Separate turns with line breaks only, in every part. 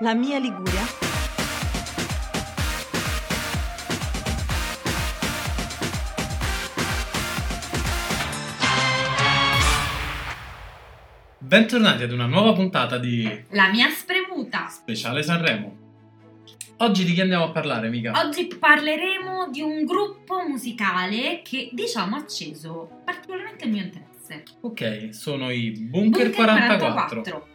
La mia Liguria.
Bentornati ad una nuova puntata di
La mia spremuta.
Speciale Sanremo. Oggi di chi andiamo a parlare, mica?
Oggi parleremo di un gruppo musicale che diciamo ha acceso particolarmente il mio interesse.
Ok, sono i Bunker, 44.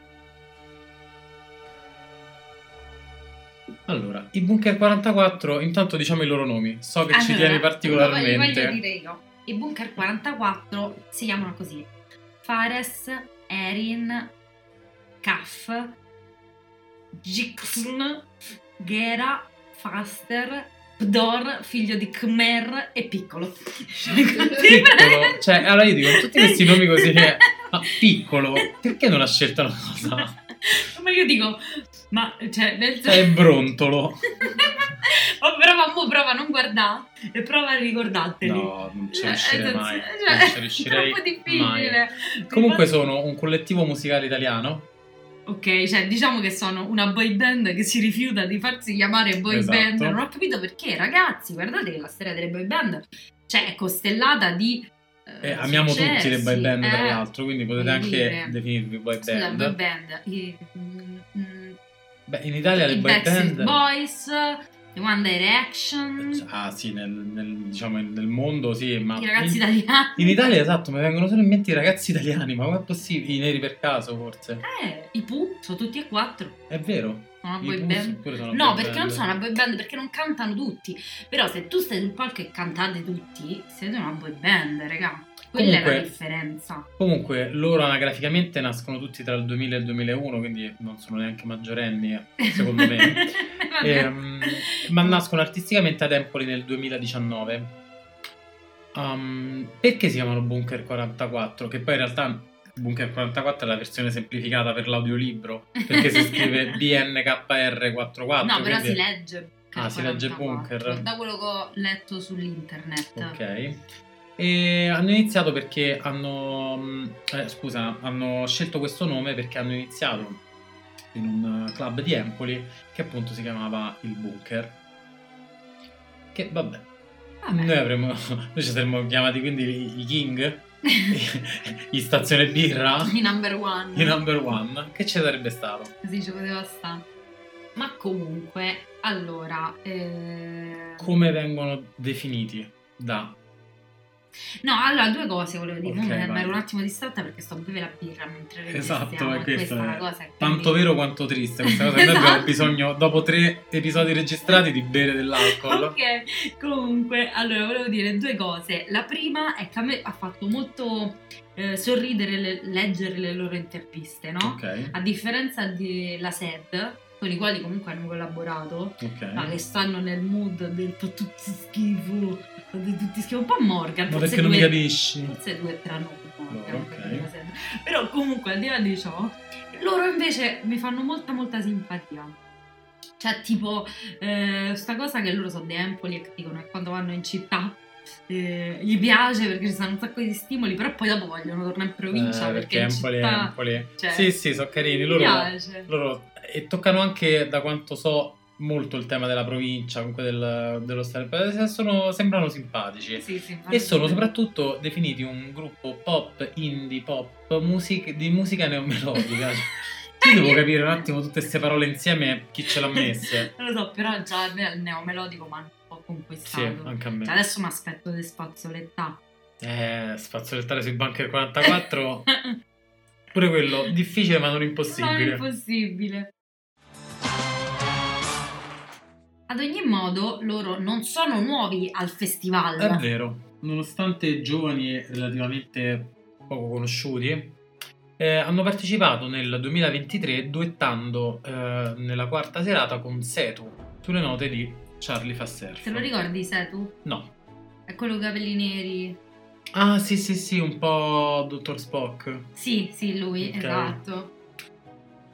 Allora, i Bunker 44, intanto diciamo i loro nomi. So che ci tieni
Lo voglio, voglio
particolarmente.
dire io. I bunker 44 si chiamano così. Fares, Erin, Kaf, Jixn, Gera, Faster, Pdor, figlio di Khmer e Piccolo.
Piccolo. Cioè, allora io dico, tutti questi nomi così
cioè,
che- Ma piccolo, perché non ha scelto una cosa?
ma io dico, ma cioè, nel
Cioè, è brontolo.
Oh, prova, mo prova a non guardare e prova a ricordarteli.
No, non ci
Cioè,
riuscirei
nel
mai.
senso,
Non
cioè,
ci riuscirei
è troppo
mai.
difficile.
Comunque
Infatti-
sono un collettivo musicale italiano.
Ok, cioè diciamo che sono una boy band che si rifiuta di farsi chiamare boy
Esatto.
band. Non ho capito perché, ragazzi, guardate che la storia delle boy band cioè, è costellata di... eh,
Eh, amiamo tutti le
successi,
boy band, tra
eh.
l'altro, quindi potete
voglio
anche
dire.
definirvi boy
Scusa,
band.
boy band. I- mm, mm,
Beh, in Italia le
i
boy
Backstreet
band.
Boys, i One Direction,
Ah, sì, nel, nel- diciamo nel mondo, sì, ma.
i ragazzi
in,
italiani.
in Italia, esatto, mi vengono solo in mente i ragazzi italiani, ma com'è possibile? I neri per caso, forse.
Eh, i Pooh sono tutti e quattro.
È vero.
Sono una
I
boy
Pooh
band.
pure sono
No,
boy
perché non
band.
sono una boy band, perché non cantano tutti. Però se tu stai sul palco e cantate tutti, siete una boy band, raga. Quella è
Comunque-
la differenza.
Comunque, loro anagraficamente nascono tutti tra il 2000 e il 2001, quindi non sono neanche maggiorenni, eh, secondo me.
Vabbè.
Ehm, ma nascono artisticamente ad Empoli nel 2019. Ehm, perché si chiamano Bunker 44? Che poi in realtà Bunker 44 è la versione semplificata per l'audiolibro, perché si scrive BNKR44.
No, però
quindi-
si legge.
cioè, Ah, si legge
44,
bunker.
Da quello che ho letto sull'internet.
Ok. E hanno iniziato perché hanno. mh, eh, scusa, hanno scelto questo nome perché hanno iniziato in un eh, club di Empoli che appunto si chiamava Il Bunker. Che vabbè,
Vabbè.
noi avremmo. Noi ci saremmo chiamati quindi i- i King, i Stazione Birra,
I number one.
i Number One. Che ci sarebbe stato?
Sì, ci poteva stare. Ma comunque, allora... eh,
Come vengono definiti da.
No, allora due cose volevo dire.
Ok,
Mo' mi
vai.
ero un attimo distratta perché sto a bere la birra mentre
Esatto,
registriamo,
è
e
questo,
questa è la
eh.
cosa. che
Tanto
quindi-
vero quanto triste questa cosa. Noi abbiamo
Esatto.
bisogno, dopo tre episodi registrati, di bere dell'alcol.
Ok, comunque, allora volevo dire due cose. La prima è che a me ha fatto molto eh, sorridere le- leggere le loro interviste, no?
Ok,
A differenza della SED, con i quali comunque hanno collaborato,
ok.
ma che stanno nel mood del fa tutti schifo, fate tutti schifo, un po' Morgan.
Ma
forse
perché non mi
due-
capisci?
forse due tra noi
Loro, Ah, ok.
però comunque al di là di ciò loro invece mi fanno molta molta simpatia cioè tipo eh, sta cosa che loro sono di Empoli e che dicono che quando vanno in città eh, gli piace perché ci sono un sacco di stimoli però poi dopo vogliono tornare in provincia
Eh,
perché, in
Empoli è
città
Empoli.
cioè,
sì, sì, sono carini.
gli
Loro,
piace
loro- e toccano anche, da quanto so, molto il tema della provincia, comunque del- dello stare. Sono, sembrano simpatici.
Sì, sì, infatti.
E sono soprattutto definiti un gruppo pop, indie pop, music- di musica neomelodica. Io devo capire un attimo tutte queste parole insieme, chi ce l'ha messe.
non lo so però già a me il neomelodico mi ha un po'
Sì,
conquistato
anche a
Cioè,
me.
adesso mi aspetto le spazzolettà
Eh, spazzolettare sui bunker 44, pure quello, difficile ma non
Non è
impossibile.
possibile. Ad ogni modo, loro non sono nuovi al festival.
È vero, nonostante giovani e relativamente poco conosciuti, eh, hanno partecipato nel 2023 duettando eh, nella quarta serata con Setu sulle note di Charlie Fasser.
Te lo ricordi, Setu?
No.
È quello con i capelli neri.
Ah, sì, sì, sì, un po' Dottor Spock.
Sì, sì, lui,
Ok.
esatto.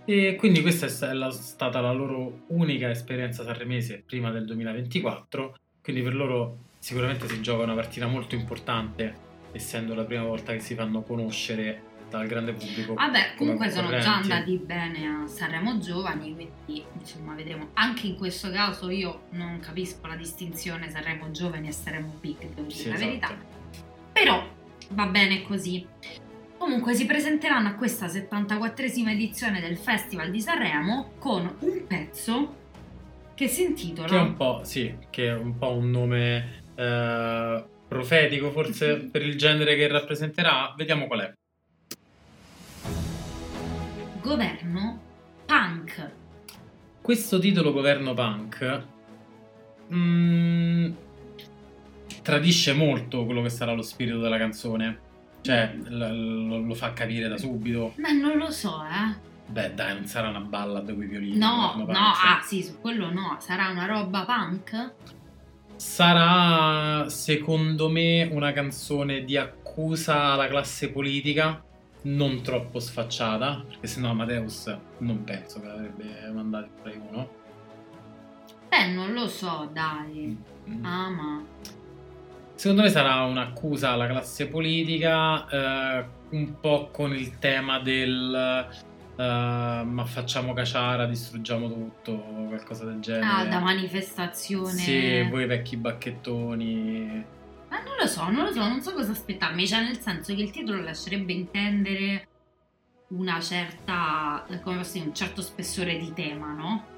E quindi questa è sta- è la- stata la loro unica esperienza sanremese prima del 2024, quindi per loro sicuramente si gioca una partita molto importante, essendo la prima volta che si fanno conoscere aperta al grande pubblico.
Vabbè,
come
Ah comunque sono già
concorrenti.
andati bene a Sanremo Giovani, quindi insomma vedremo. Anche in questo caso io non capisco la distinzione Sanremo Giovani e Sanremo Big, devo dire
Sì,
la
esatto.
verità. Però va bene così. Comunque si presenteranno a questa 74esima edizione del Festival di Sanremo con un pezzo che si intitola...
Che è un po', sì, che è un po' un nome eh, profetico forse per il genere che rappresenterà. Vediamo qual è.
Governo Punk.
Questo titolo governo punk mm, tradisce molto quello che sarà lo spirito della canzone. Cioè, l- lo- lo fa capire da subito.
Ma non lo so, eh.
Beh, dai, non sarà una ballad con i violini.
No,
governo
no,
punk. cioè,
ah sì, su quello no. Sarà una roba punk? ah.
Sarà, secondo me, una canzone di accusa alla classe politica, non troppo sfacciata, perché sennò Amadeus non penso che l'avrebbe mandato in Rai uno.
Eh, non lo so, dai.
Mm.
Ah, ma...
Secondo me sarà un'accusa alla classe politica, eh, un po' con il tema del eh, ma facciamo caciara, distruggiamo tutto, qualcosa del
Ah, da
genere.
manifestazione.
Eh, sì, voi vecchi bacchettoni.
Ma non lo so, non lo so, non so cosa aspettarmi. Cioè, nel senso che il titolo lascerebbe intendere una certa, come posso dire, un certo spessore di tema, no?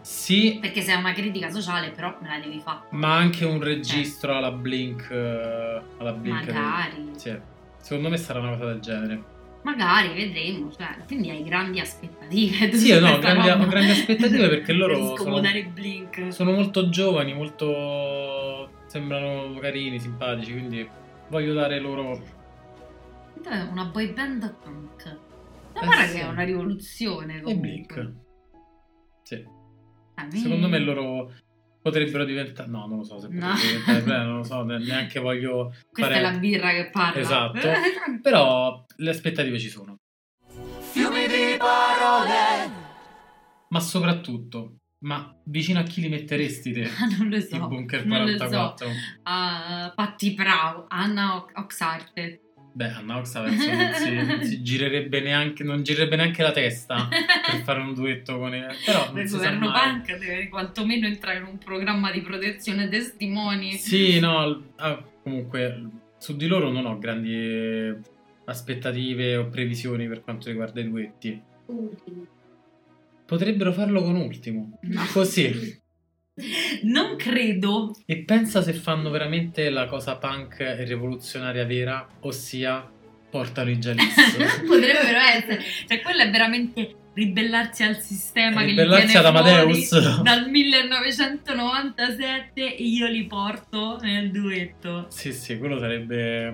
Sì,
Perché se è una critica sociale, però me la devi fare.
Ma anche un registro alla Blink. eh, Alla Blink del-
Magari.
Sì. Secondo me sarà una cosa del genere.
Magari, vedremo. Cioè, quindi hai grandi aspettative. tu
Sì,
su
no,
questa
grandi-
roba.
ho grandi aspettative perché loro
Per scomodare il Blink.
Sono molto giovani, molto. sembrano carini, simpatici, quindi voglio dare loro.
Dov'è Una boy band punk. Ma
Eh
guarda
sì.
che è una rivoluzione
e
comunque.
Blink. Sì.
Ah, mi-
Secondo me loro potrebbero diventare. No, non lo so se potrebbero
No.
diventare. beh, non lo so, ne- neanche voglio.
Questa
fare-
è la birra che parla.
Esatto. Però le aspettative ci sono.
Fiumi di parole.
Ma soprattutto, ma vicino a chi li metteresti te?
Ah, non lo
Il
so.
Bunker
non lo so.
44.
A Patti Prau, Anna Ox- Oxarte.
Beh, a Noxa penso non si, non si girerebbe neanche, non girerebbe neanche la testa per fare un duetto con il... Però non
Il
si sa
governo
mai.
punk deve quantomeno entrare in un programma di protezione testimoni.
Sì, no, l- ah, comunque su di loro non ho grandi aspettative o previsioni per quanto riguarda i duetti. Potrebbero farlo con Ultimo,
No.
così.
Non credo.
E pensa se fanno veramente la cosa punk e rivoluzionaria vera, ossia portano i giallisso.
Potrebbero essere. Cioè, quello è veramente ribellarsi al sistema Eh, che li
Ribellarsi
tiene
ad
fuori
Amadeus.
dal 1997 e io li porto nel duetto.
Sì, sì, quello sarebbe.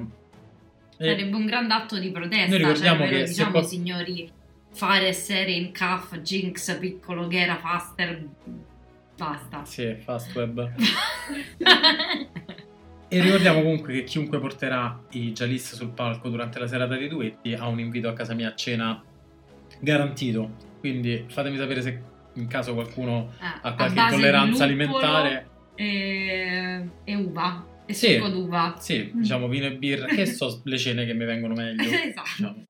Eh,
Sarebbe un grande atto di protesta.
Noi ricordiamo
cioè, ovvero,
che se
diciamo,
qua-
signori, fare serie in CAF, Jinx, piccolo, Ghera, Faster, basta.
Sì, fast web.
Ah,
E ricordiamo comunque che chiunque porterà i Jalis sul palco durante la serata dei duetti ha un invito a casa mia a cena garantito. Quindi fatemi sapere se in caso qualcuno
Ah,
ha
a
qualche
base di
intolleranza
luppolo
alimentare.
E, e uva. E
Sì.
succo d'uva.
Sì, diciamo vino e birra, che so le cene che mi vengono meglio.
Esatto.
diciamo.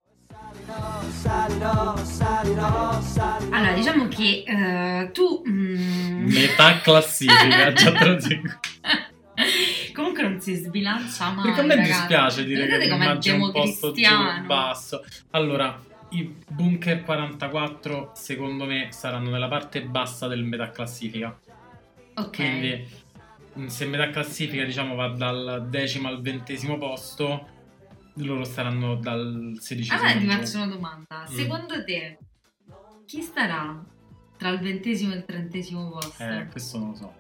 Salirò, salirò, salirò.
Allora, diciamo che eh, tu... mm,
Metà classifica, già te lo dico.
Comunque non si sbilancia mai.
Perché a me
ragazzi.
dispiace dire
Vedete
che
com'è
l'immagine è un posto giù e
democristiano.
basso. Allora, i Bunker 44 secondo me saranno nella parte bassa del metà classifica.
Ok.
Quindi mh, se metà classifica diciamo va dal decimo al ventesimo posto, loro staranno dal sedicesimo.
Allora Ah, ti
giù.
faccio una domanda.
Mm.
Secondo te, chi starà tra il ventesimo e il trentesimo posto?
Eh, questo non lo so.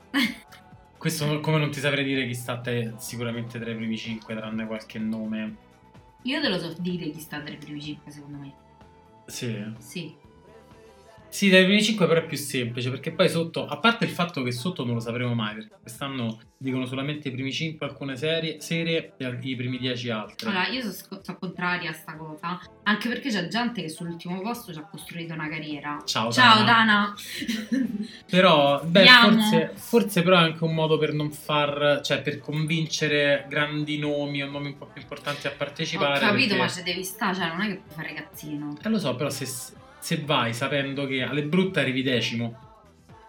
Questo non- come non ti saprei dire chi sta te- sicuramente tra i primi 5 tranne qualche nome.
Io te lo so dire chi sta tra i primi cinque, secondo me.
Sì,
Sì.
Sì, dai primi 5 però è più semplice perché poi sotto, a parte il fatto che sotto non lo sapremo mai, perché quest'anno dicono solamente i primi 5 alcune serie, serie e i primi 10 altre.
Allora, io sono so contraria a sta cosa, anche perché c'è gente che sull'ultimo posto ci ha costruito una carriera.
Ciao,
Ciao
Dana.
Dana!
Però, beh,
Andiamo.
forse, forse però è anche un modo per non far, cioè per convincere grandi nomi o nomi un po' più importanti a partecipare.
Ho capito,
perché-
ma ci devi stare, cioè non è che puoi fare ragazzino.
Eh, lo so, però se, se vai sapendo che alle brutte arrivi decimo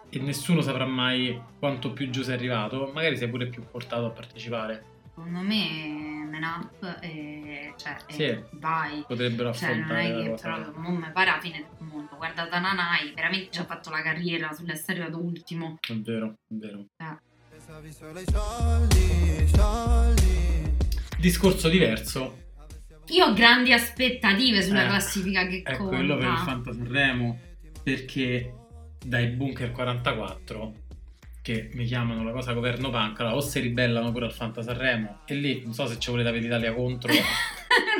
e nessuno saprà mai quanto più giù sei arrivato, magari sei pure più portato a partecipare.
Secondo me, man up e cioè e
Sì.
vai.
Potrebbero
Cioè, non
affrontare
è
la
che
cosa.
però non mi pare la fine del mondo. Guarda Tananai, veramente ci ha fatto la carriera sull'essere arrivato ultimo.
È vero, è vero.
Ah.
Pensavi solo ai soldi, soldi.
Discorso diverso
Io ho grandi aspettative sulla
Eh,
classifica che
è
conta.
quello per il Fantasanremo perché dai Bunker 44 che mi chiamano la cosa governo panca o si ribellano pure al Fantasanremo e lì non so se ci volete avere l'Italia contro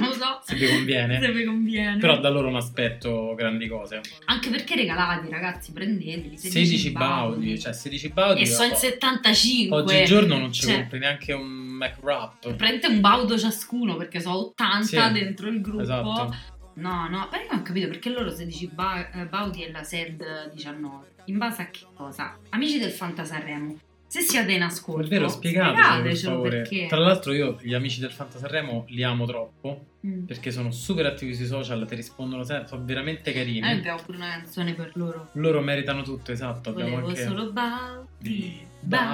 non lo so.
Se vi conviene.
Se vi conviene.
però da loro mi aspetto grandi cose
Anche perché regalati, ragazzi, prendeteli.
16, baudi cioè 16 baudi
E sono in
o-
75.
oggigiorno non ci
Cioè,
compri neanche un Mac Wrap
Prendete un baudo ciascuno perché sono 80
Sì,
dentro il gruppo.
esatto
No, no, però io non ho capito perché loro 16 ba- eh, Baudi e la SED 19. In base a che cosa? Amici del Fantasarremo, se siete in
È
ascolto,
vero, spiegatecelo per
spiegatecelo
favore.
perché.
Tra l'altro io gli amici del Fantasanremo li amo troppo
Mm.
perché sono super attivi sui social, ti rispondono sempre, sono veramente
Eh,
carini.
noi abbiamo pure una canzone per loro.
Loro meritano tutto, esatto. Abbiamo
Volevo
anche
solo Baudi.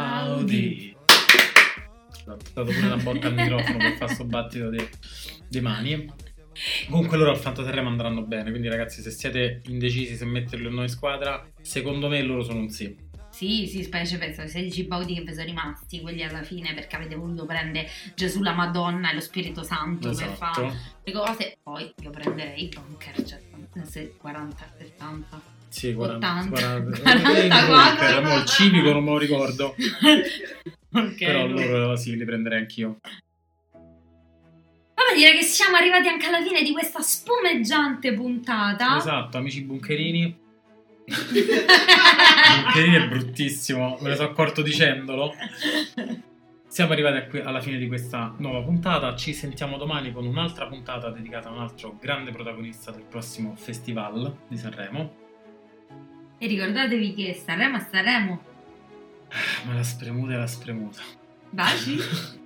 Baudi. Ho dato pure la botta al microfono per fare sto battito di, di mani. Comunque loro al Fantasanremo andranno bene, quindi ragazzi se siete indecisi se metterli o no in squadra, secondo me loro sono un sì.
Sì, sì, specie penso ai 16 Baudi che vi sono rimasti, quelli alla fine perché avete voluto prendere Gesù, la Madonna e lo Spirito Santo per fare
Esatto.
le cose. Poi io prenderei i bunker, cioè se 40, 70.
Sì, 40,
80,
40,
44.
Era il civico, non me lo ricordo.
ok.
Però loro sì, li prenderei anch'io.
Vabbè, direi che siamo arrivati anche alla fine di questa spumeggiante puntata.
Esatto, amici buncherini. Buncherini è bruttissimo, me ne sono accorto dicendolo. Siamo arrivati a qui- alla fine di questa nuova puntata. Ci sentiamo domani con un'altra puntata dedicata a un altro grande protagonista del prossimo festival di Sanremo.
E ricordatevi che Sanremo a Sanremo.
Ma la spremuta è la spremuta.
Baci!